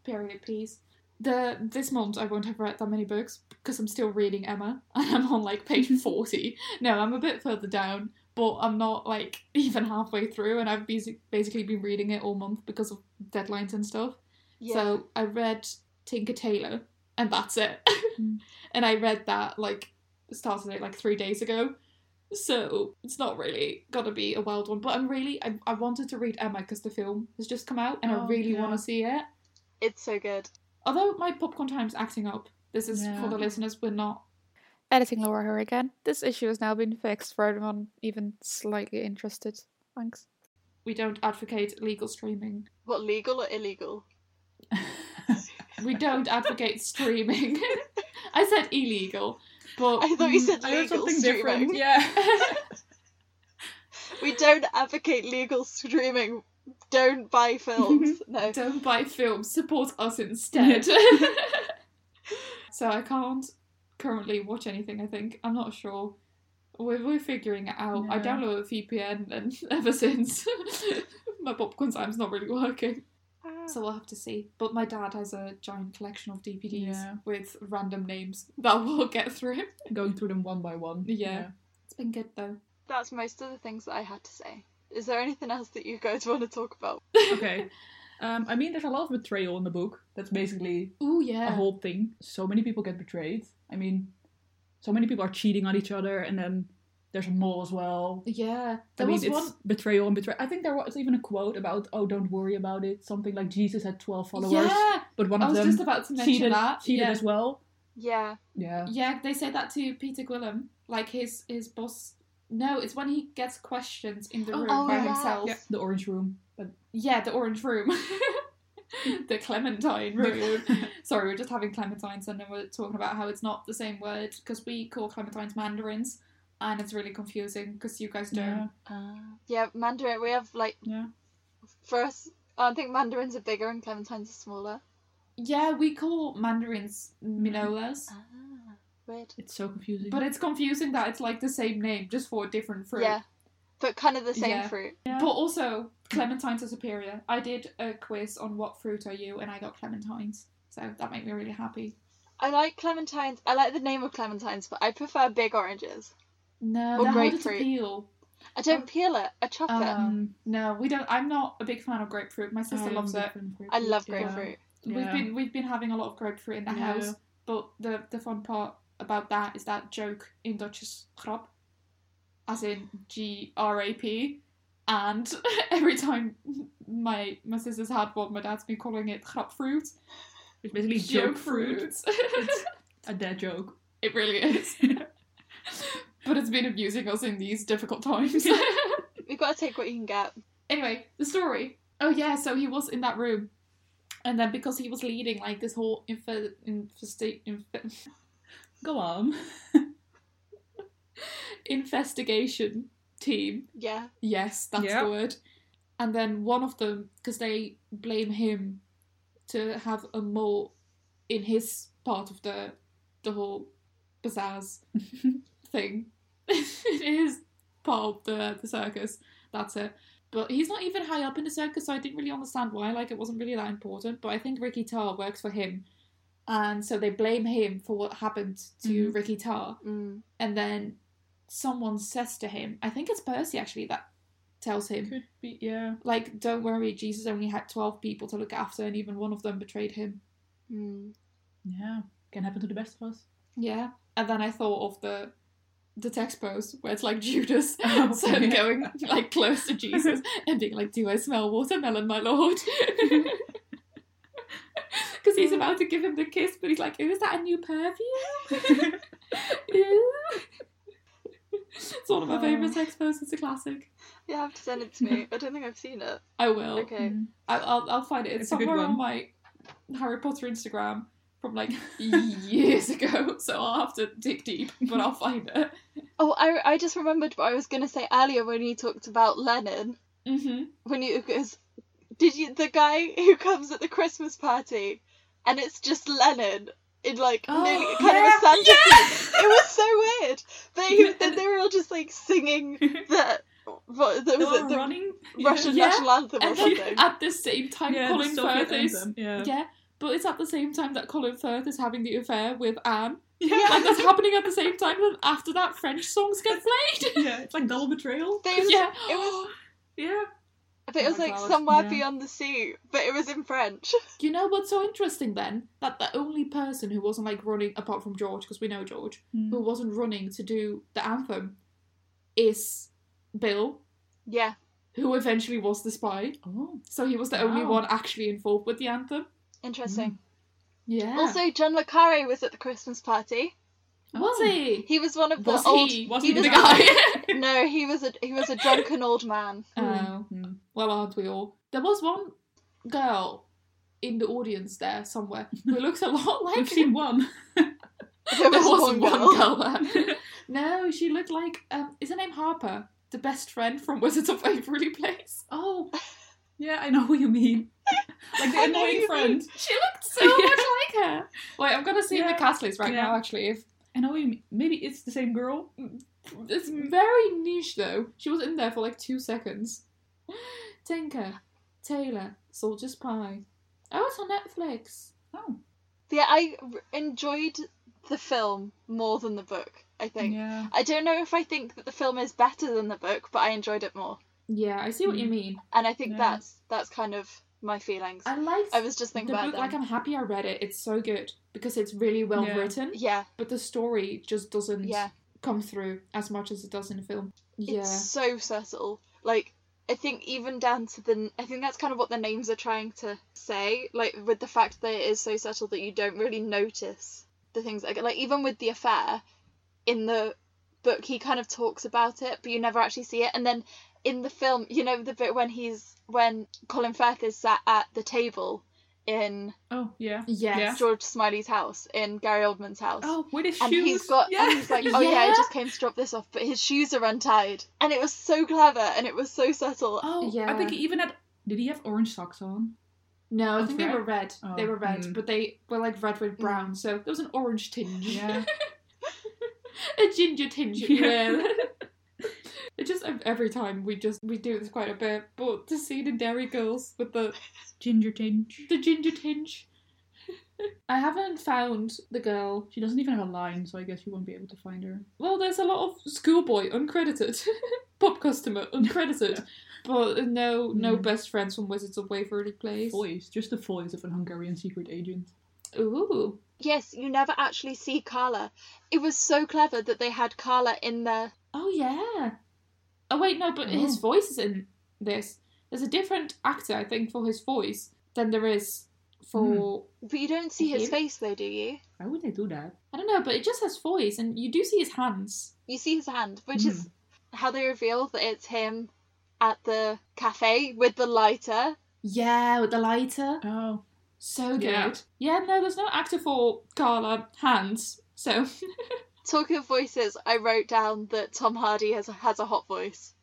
period piece. The this month I won't have read that many books because I'm still reading Emma and I'm on like page forty. No, I'm a bit further down, but I'm not like even halfway through, and I've basi- basically been reading it all month because of deadlines and stuff.
Yeah.
Mm. So I read Tinker Tailor, and that's it.
Mm.
and I read that like started it like three days ago. So it's not really gonna be a wild one, but I'm really I, I wanted to read Emma because the film has just come out, and I
Oh,
really
yeah.
want to see it.
it's so good.
Although my popcorn time's acting up. This is
Yeah.
for the listeners. We're not.
Editing Laura here again. This issue has now been fixed for everyone even slightly interested. Thanks.
We don't advocate legal streaming.
What legal or illegal?
We don't advocate streaming. I said illegal, but
I thought you
mm,
said
I heard
legal
something
streaming.
different. Yeah.
We don't advocate legal streaming. Don't buy films. no.
Don't buy films, support us instead. so I can't currently watch anything, I think. I'm not sure We're, we're figuring it out. I
Yeah.
downloaded VPN and ever since my popcorn time's not really working.
Ah,
So we'll have to see. But my dad has a giant collection of DVDs
Yeah.
with random names that we'll get through.
Going through them one by one.
Yeah. It's been good though.
That's most of the things that I had to say. Is there anything else that you guys want to talk about?
Yeah. okay. Um, I mean, there's a lot of betrayal in the book. That's basically
Oh
a
yeah.
whole thing. So many people get betrayed. I mean, so many people are cheating on each other, and then there's a mole as well.
yeah. There
I mean,
was
it's
one
betrayal and betrayal. I think there was even a quote about, "Oh, don't worry about it." Something like Jesus had twelve followers,
Yeah,
but one
I
of
was
them
just about to mention
cheated,
that.
cheated
yeah.
as well.
Yeah.
Yeah.
yeah, they say that to Peter Gwillem, like his his boss. No, it's when he gets questions in the
Oh,
room
oh,
by
yeah.
himself.
Yeah, the orange room. But
Yeah, the orange room. the Clementine room. Sorry, we're just having Clementines and then we're talking about how it's not the same word because we call Clementines mandarins and it's really confusing because you guys don't.
yeah,
Uh,
yeah, Mandarin. We have like
yeah.
for us. I think mandarins are bigger and clementines are smaller.
Yeah, we call mandarins minolas,
Ah, weird.
It's so confusing.
but it's confusing that it's like the same name just for a different fruit.
Yeah, but kind of the same
Yeah.
fruit.
But also, clementines are superior. I did a quiz on what fruit are you, and I got clementines. So that made me really happy.
I like clementines. I like the name of clementines, but I prefer big oranges.
No,
Or
they're harder to
grapefruit.
peel.
I don't peel it. I chop
Oh,
it.
Um, no, we don't. I'm not a big fan of grapefruit. My sister
I
loves
love
it.
grapefruit.
I love
Yeah.
grapefruit.
We've
Um, Yeah.
been we've been having a lot of grapefruit in the
Yeah.
house. But the the fun part about that is that joke in Dutch is grap, as in G R A P, and every time my my sister's had one, my dad's been calling it grapfruit.
It's basically joke fruit.
fruit.
A dead joke.
It really is. but it's been abusing us in these difficult times.
We've got to take what you can get.
anyway, the story. Oh yeah, so he was in that room. And then because he was leading like this whole infestation, inf-
Go on.
investigation team.
Yeah.
Yes, that's
Yeah.
the word. And then one of them, because they blame him to have a mole in his part of the the whole pizzazz thing. it is part of the, the circus. That's it. But he's not even high up in the circus, so I didn't really understand why. Like, it wasn't really that important. But I think Ricky Tarr works for him. And so they blame him for what happened to
Mhm.
Ricky Tarr
Mm.
and then someone says to him, I think it's Percy actually that tells him,
Could be, yeah.
like, don't worry, Jesus only had 12 people to look after, and even one of them betrayed him.
Mm.
Yeah. Can happen to the best of us.
Yeah. And then I thought of the the text post where it's like Judas
Oh,
so
yeah.
going like close to Jesus and being like, Do I smell watermelon, my lord? Because he's about to give him the kiss, but he's like, "Oh, Is that a new perfume? Ew. it's one of
Uh.
my favourite text posts, it's a classic.
You have to send it to me. I don't think I've seen it.
I will.
Okay.
Mm.
I, I'll, I'll find it. It's,
It's a good
somewhere on
one.
my Harry Potter Instagram from like years ago, so I'll have to dig deep, but I'll find it.
Oh, I, I just remembered what I was going to say earlier when you talked about Lennon.
Mm-hmm.
When you because did you the guy who comes at the Christmas party and it's just Lennon in like
Oh,
nearly kind of
yeah,
a Santa. It was so weird. But he, then they were all just like singing the what that
They
was it,
were
the
running.
Russian
Yeah.
national anthem or
And then
something.
at the same time,
Yeah,
Colin
the Soviet
Firth is
anthem. Yeah.
yeah, but it's at the same time that Colin Firth is having the affair with Anne.
Yeah.
Like that's happening at the same time. And after that, French songs get played.
yeah. It's like double betrayal.
They was,
yeah,
It was
Yeah.
but it
Oh
was
my
like
God,
somewhere
yeah.
beyond the sea, but it was in French.
You know what's so interesting then? That the only person who wasn't like running, apart from George, because we know George,
Hmm.
who
Oh,
wasn't running to do the anthem is Bill,
Yeah.
who eventually was the spy.
Oh.
So he was the only
Wow.
one actually involved with the anthem.
Interesting.
Mm, Yeah.
Also, John Le Carre was at the Christmas party.
was
Oh.
he?
He was one of the
was
old.
he?
Was he
he
the
was-
guy?
No, he was a he was a drunken old man.
oh,
Hmm.
Mm.
well, aren't we all? There was one girl in the audience there somewhere who looks a lot like
We've
him.
seen one.
There
There
was
was
one girl.
there. no, she looked like um, is her name Harper, the best friend from Wizards of Waverly Place.
Oh. Yeah, I know who you mean. Like the
I know who
annoying
you
friend.
She looked so much like her. Wait, I'm gonna see in the
Yeah.
cast list right
Yeah.
now actually if
I know who you mean. Maybe it's the same girl.
It's very niche though. She was in there for like two seconds. Tinker, Taylor, Soldier Spy. Oh, it's on Netflix.
Oh,
Yeah, I r- enjoyed the film more than the book, I think.
yeah.
I don't know if I think that the film is better than the book, but I enjoyed it more.
Yeah, I see what
Mm.
you mean.
And I think
Yeah.
that's that's kind of my feelings.
I liked
I was just
the
thinking about
book.
them.
Like, I'm happy I read it. It's so good because it's really well
Yeah.
written,
Yeah,
but the story just doesn't
Yeah.
come through as much as it does in the film. Yeah.
it's so subtle. Like I think even down to the I think that's kind of what the names are trying to say. Like with the fact that it is so subtle that you don't really notice the things like like even with the affair in the book he kind of talks about it, but you never actually see it. And then in the film, you know the bit when he's when Colin Firth is sat at the table in
Oh, yeah.
Yes.
Yeah.
George Smiley's house in Gary Oldman's house.
Oh, with his
and
shoes.
he's got
yeah.
and he's like oh yeah. i
Yeah.
just came to drop this off but his shoes are untied and it was so clever and it was so subtle
oh,
Yeah.
I think he even had. Did he have orange socks on?
No, I
That's
think they
red?
were red.
Oh,
They were red,
mm.
but they were like red
Mm.
with brown, so there was an orange tinge.
Yeah.
a ginger tinge, if you
Yeah.
will. It just every time we just we do this quite a bit, but to see the dairy girls with the
Ginger tinge.
the ginger tinge. I haven't found the girl.
She doesn't even have a line, so I guess you won't be able to find her.
Well, there's a lot of schoolboy uncredited, pop customer uncredited,
Yeah.
but no no
Mm.
best friends from Wizards of Waverly Place.
Voice, just the voice of an Hungarian secret agent.
Ooh,
yes you never actually see carla it was so clever that they had carla in there
oh yeah. Oh wait, no, but his
Oh.
voice is in this. There's a different actor, I think, for his voice than there is for.
but you don't see his
Mm-hmm.
Here?
face though do you
Why would they do that?
I don't know, but it just has voice, and you do see his hands.
you see his hand which is
Hmm.
how they reveal that it's him at the cafe with the lighter
Yeah, with the lighter.
Oh,
So good.
Yeah.
Yeah. no, there's no actor for Carla hands. So
talking of voices i wrote down that tom hardy has, has a hot voice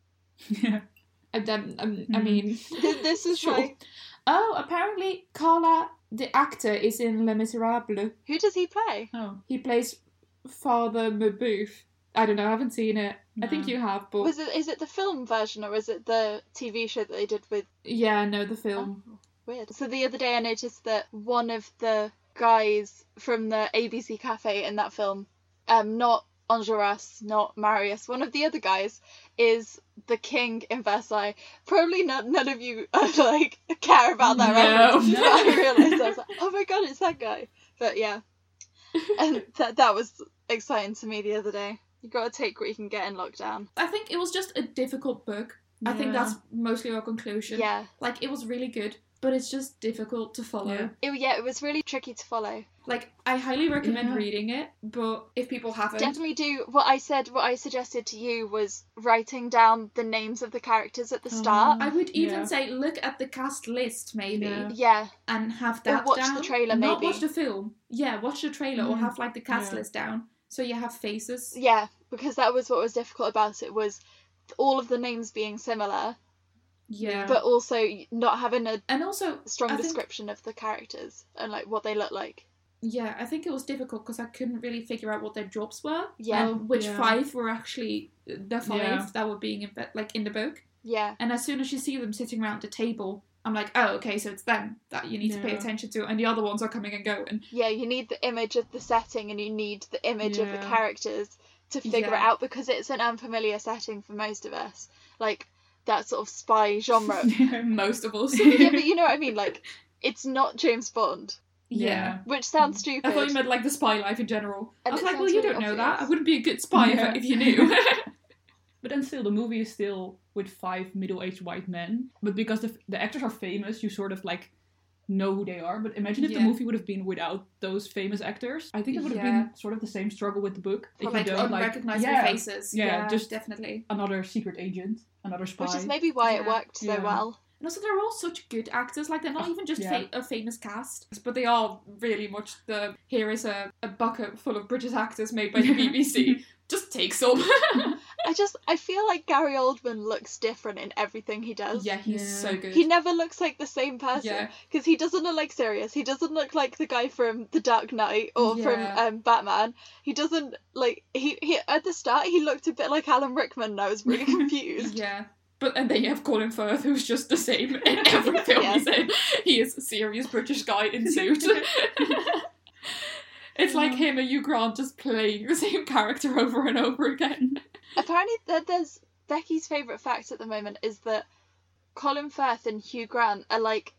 yeah.
and then um, I
Mm.
mean,
this is
Sure.
why
oh, apparently Carla, the actor, is in Les Miserables.
who does he play
Oh,
He plays Father Mabouf. I don't know. I haven't seen it. I think
No.
you have, but
was it is it the film version or is it the tv show that they did with um,
yeah, no, the film.
Weird. So the other day I noticed that one of the guys from the ABC Cafe in that film, um, not Enjolras, not Marius, one of the other guys is the king in Versailles. Probably not, none of you uh, like care about that
No.
reference, but I realised I was like, oh my god, it's that guy. But yeah, and that that was exciting to me the other day. You gotta take what you can get in lockdown.
Oh. I think it was just a difficult book. I think
Yeah.
that's mostly our conclusion.
Yeah,
Like it was really good, but it's just difficult to follow.
Yeah.
it, yeah, it was really tricky to follow.
Like I highly recommend
Yeah.
reading it, but if people haven't,
definitely do what i said what i suggested to you was writing down the names of the characters at the
Oh.
Um,
start
I would even
Yeah.
say look at the cast list maybe
Yeah.
yeah
and have that
watch the
down.
trailer,
Not
maybe.
watch the film. Yeah, watch the trailer or
Mm.
have like the cast
Yeah.
list down so you have faces.
yeah because that was what was difficult about it was all of the names being similar
Yeah.
but also not having a
and also
strong
I think-
description of the characters and like what they look like
yeah, I think it was difficult because I couldn't really figure out what their jobs were.
Yeah.
Uh, which
Yeah.
five were actually uh, the five
Yeah.
that were being in, like in the book.
yeah
And as soon as you see them sitting around the table, I'm like, oh, okay, so it's them that you need to pay
Yeah.
attention to, and the other ones are coming and going.
yeah you need the image of the setting and you need the image of the
Yeah.
characters to figure it
Yeah.
out because it's an unfamiliar setting for most of us like that sort of spy genre
Most of us.
yeah but you know what i mean like it's not james bond
yeah.
Which sounds stupid.
Mm. I thought you meant like the spy life in general.
And
I was
it
like, well,
sounds
you
really
don't know that. I
obvious.
wouldn't be a good spy if-
Yeah.
if, you knew.
But then still, the movie is still with five middle-aged white men. But because the, the actors are famous, you sort of like know who they are. But imagine if
Yeah.
the movie would have been without those famous actors. I think it would have
Yeah.
been sort of the same struggle with the book.
Or like unrecognizable
yeah,
faces. Yeah,
Yeah, just-
definitely.
another secret agent, another spy.
Which is maybe why it
Yeah.
worked so
Yeah.
well.
And also, they're all such good actors. Like, they're not even just
Yeah.
fa- a famous cast, but they are really much the here is a, a bucket full of British actors made by the BBC. just take some.
I just I feel like Gary Oldman looks different in everything he does.
Yeah, he's
Yeah.
so good.
He never looks like the same person
yeah,
because he doesn't look like Sirius. He doesn't look like the guy from The Dark Knight or
Yeah.
from um, Batman. He doesn't like he, he at the start he looked a bit like Alan Rickman. And I was really confused.
yeah. But and then you have Colin Firth, who's just the same in every film he's in. He is a serious British guy in suit. it's like him and Hugh Grant just playing the same character over and over again.
Apparently, there, there's Becky's favorite fact at the moment is that Colin Firth and Hugh Grant are like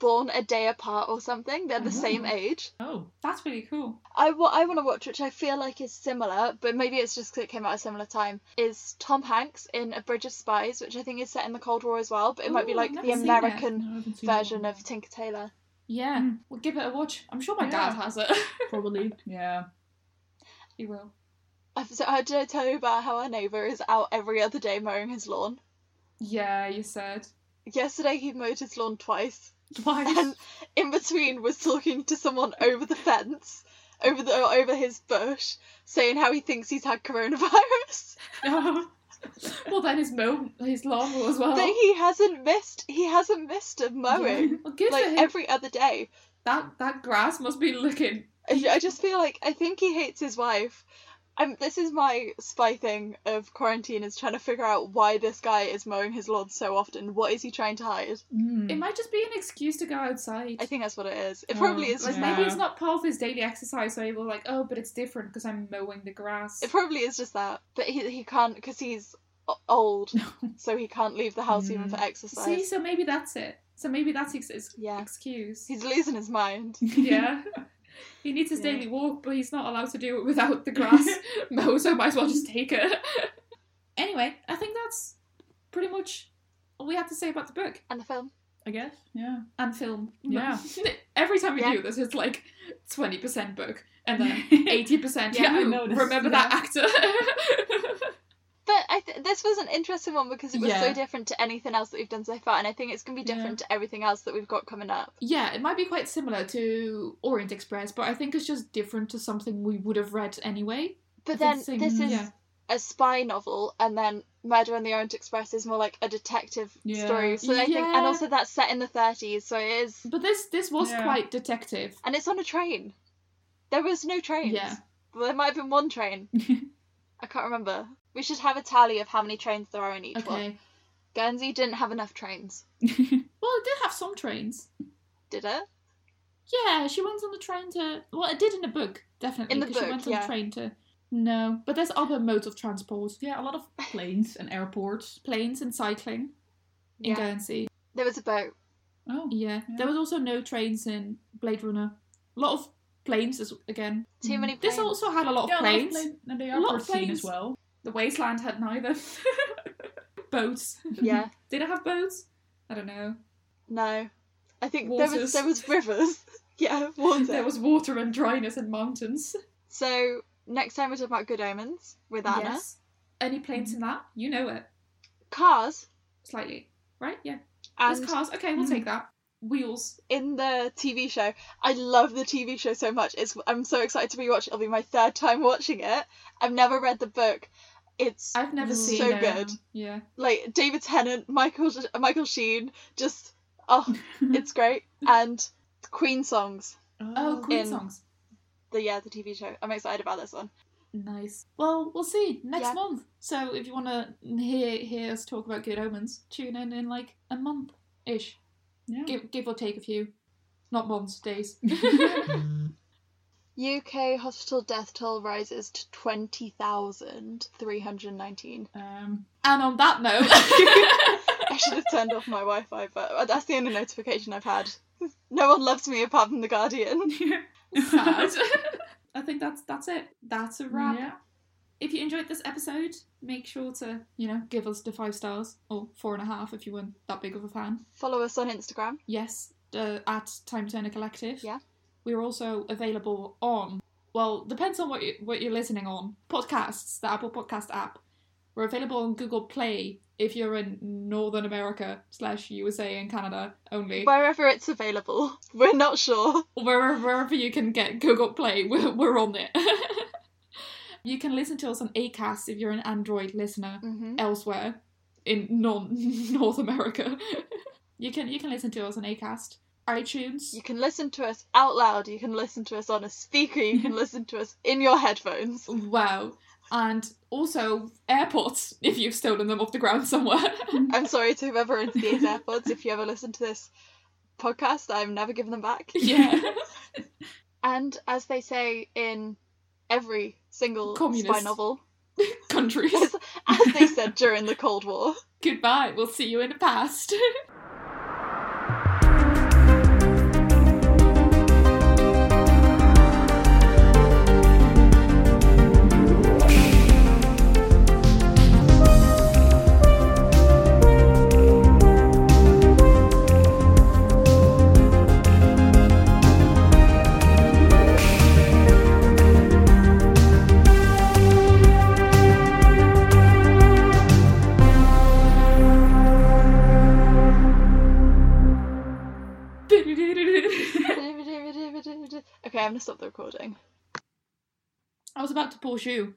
born a day apart or something. They're the
Oh.
Mm-hmm.
same age.
Oh,
That's really cool.
I what I want to watch, which I feel like is similar, but maybe it's just because it came out at a similar time, is Tom Hanks in A Bridge of Spies, which I think is set in the Cold War as well, but it might be
Ooh,
like
I've
the
never seen that.
American
no, I haven't seen that
version
one.
of Tinker Tailor.
Yeah,
Mm.
we'll give it a watch. I'm sure my
Yeah.
dad has it.
probably. Yeah.
he will.
I've, so I did I tell you about how our neighbour is out every other day mowing his lawn.
Yeah, you said
Yesterday he mowed his lawn twice,
twice.
and in between was talking to someone over the fence, over the over his bush, saying how he thinks he's had coronavirus.
no.
Hmm.
Well, then his mo his lawn will as well.
That he hasn't missed he hasn't missed a mowing.
Well, good
Like
for him.
every other day.
that that grass must be looking.
I I just feel like I think he hates his wife. Um, this is my spy thing of quarantine is trying to figure out why this guy is mowing his lawn so often. What is he trying to hide?
Mm.
It might just be an excuse to go outside.
I think that's what it is. It
Oh,
probably is.
like
Just,
maybe
Yeah.
it's not part of his daily exercise, so he will like, oh, but it's different because I'm mowing the grass.
It probably is just that. But he he can't because he's o- old, so he can't leave the house even
Mm.
for
See,
exercise.
so maybe that's it. So maybe that's his his
Yeah.
excuse.
He's losing his mind.
yeah. He needs his
Yeah.
daily walk, but he's not allowed to do it without the grass mow, so might as well just take it. anyway, I think that's pretty much all we had to say about the book
And the film.
I guess. Yeah.
and film.
Yeah.
Every time we
Yeah.
do this, it's like 20% book and then 80%.
Yeah, I
"Ooh,
noticed,
Remember that actor?
But I th- this was an interesting one because it was
Yeah.
so different to anything else that we've done so far, and I think it's going to be
Yeah.
different to everything else that we've got coming up.
Yeah, it might be quite similar to Orient Express, but I think it's just different to something we would have read anyway.
But
I
then
think same-
this is
yeah.
a spy novel, and then Murder on the Orient Express is more like a detective
Yeah.
story. So I think,
Yeah.
and also that's set in the 30s, so it is,
But this this was
Yeah.
quite detective.
and it's on a train. There was no trains.
Yeah.
Well, there might have been one train. I can't remember. We should have a tally of how many trains there are in each one.
Okay.
Guernsey didn't have enough trains,
Well, it did have some trains.
did it?
Yeah, she went on the train to. Well, it did in the book definitely.
In the
'cause
book,
she went on
yeah.
the train to. No, but there's other modes of transport,
yeah, a lot of planes and airports.
planes and cycling in
Yeah.
Guernsey.
There was a boat.
Oh.
Yeah.
Yeah.
there was also no trains in Blade Runner. A lot of planes as again.
Too many planes.
Mm. This also had a lot of
Yeah, a lot of
planes.
plane- and the
A lot
airport
of
scene as
planes.
well.
The wasteland had neither. boats.
Yeah.
Did it have boats? I don't know.
No. I think there was
Waters.
there was rivers. yeah, water.
There was water and dryness and mountains.
So next time we talk about Good Omens with Anna.
Yes. Any planes
Mm-hmm.
in that? You know it.
Cars
Slightly. Right? Yeah.
and mm-hmm.
There's cars. Okay, we'll
Mm.
take that. Wheels.
in the TV show. I love the TV show so much. It's I'm so excited to rewatch it. It'll be my third time watching it. I've never read the book. It's
I've never
so
seen um,
good.
Yeah.
Like David Tennant, Michael Michael Sheen, just oh, it's great. And Queen songs.
Oh, Queen
in-
songs.
The yeah, the TV show. I'm excited about this one.
Nice. Well, we'll see next
Yeah.
month. So if you want to hear hear us talk about good omens, tune in in like a month ish,
Yeah.
give give or take a few, not months, days.
UK hospital death toll rises to twenty thousand three hundred nineteen.
Um,
and on that note.
I should have turned off my Wi-Fi, but uh, that's the only notification I've had. No one loves me apart from the Guardian.
sad. I think that's that's it. That's a wrap.
Yeah.
If you enjoyed this episode, make sure to you know give us the five stars or four and a half if you weren't that big of a fan.
Follow us on Instagram.
Yes, uh, at Time Turner Collective.
Yeah.
We're also available on well depends on what you, what you're listening on podcasts the Apple Podcast app. We're available on Google Play if you're in Northern America slash USA and Canada only.
Wherever it's available. We're not sure.
wherever, wherever you can get Google Play, we're, we're on it. You can listen to us on Acast if you're an Android listener
hmm
elsewhere in non North America. you can you can listen to us on Acast, iTunes.
You can listen to us out loud. You can listen to us on a speaker. You can listen to us in your headphones.
Wow. And also AirPods if you've stolen them off the ground somewhere.
I'm sorry to whoever owns these AirPods. If you ever listen to this podcast, I'm never giving them back.
yeah.
And as they say in every single spy
Communist.
novel,
Countries.
as they said during the Cold War.
Goodbye. We'll see you in the past. I
okay, I'm gonna stop the recording.
was about to pause you.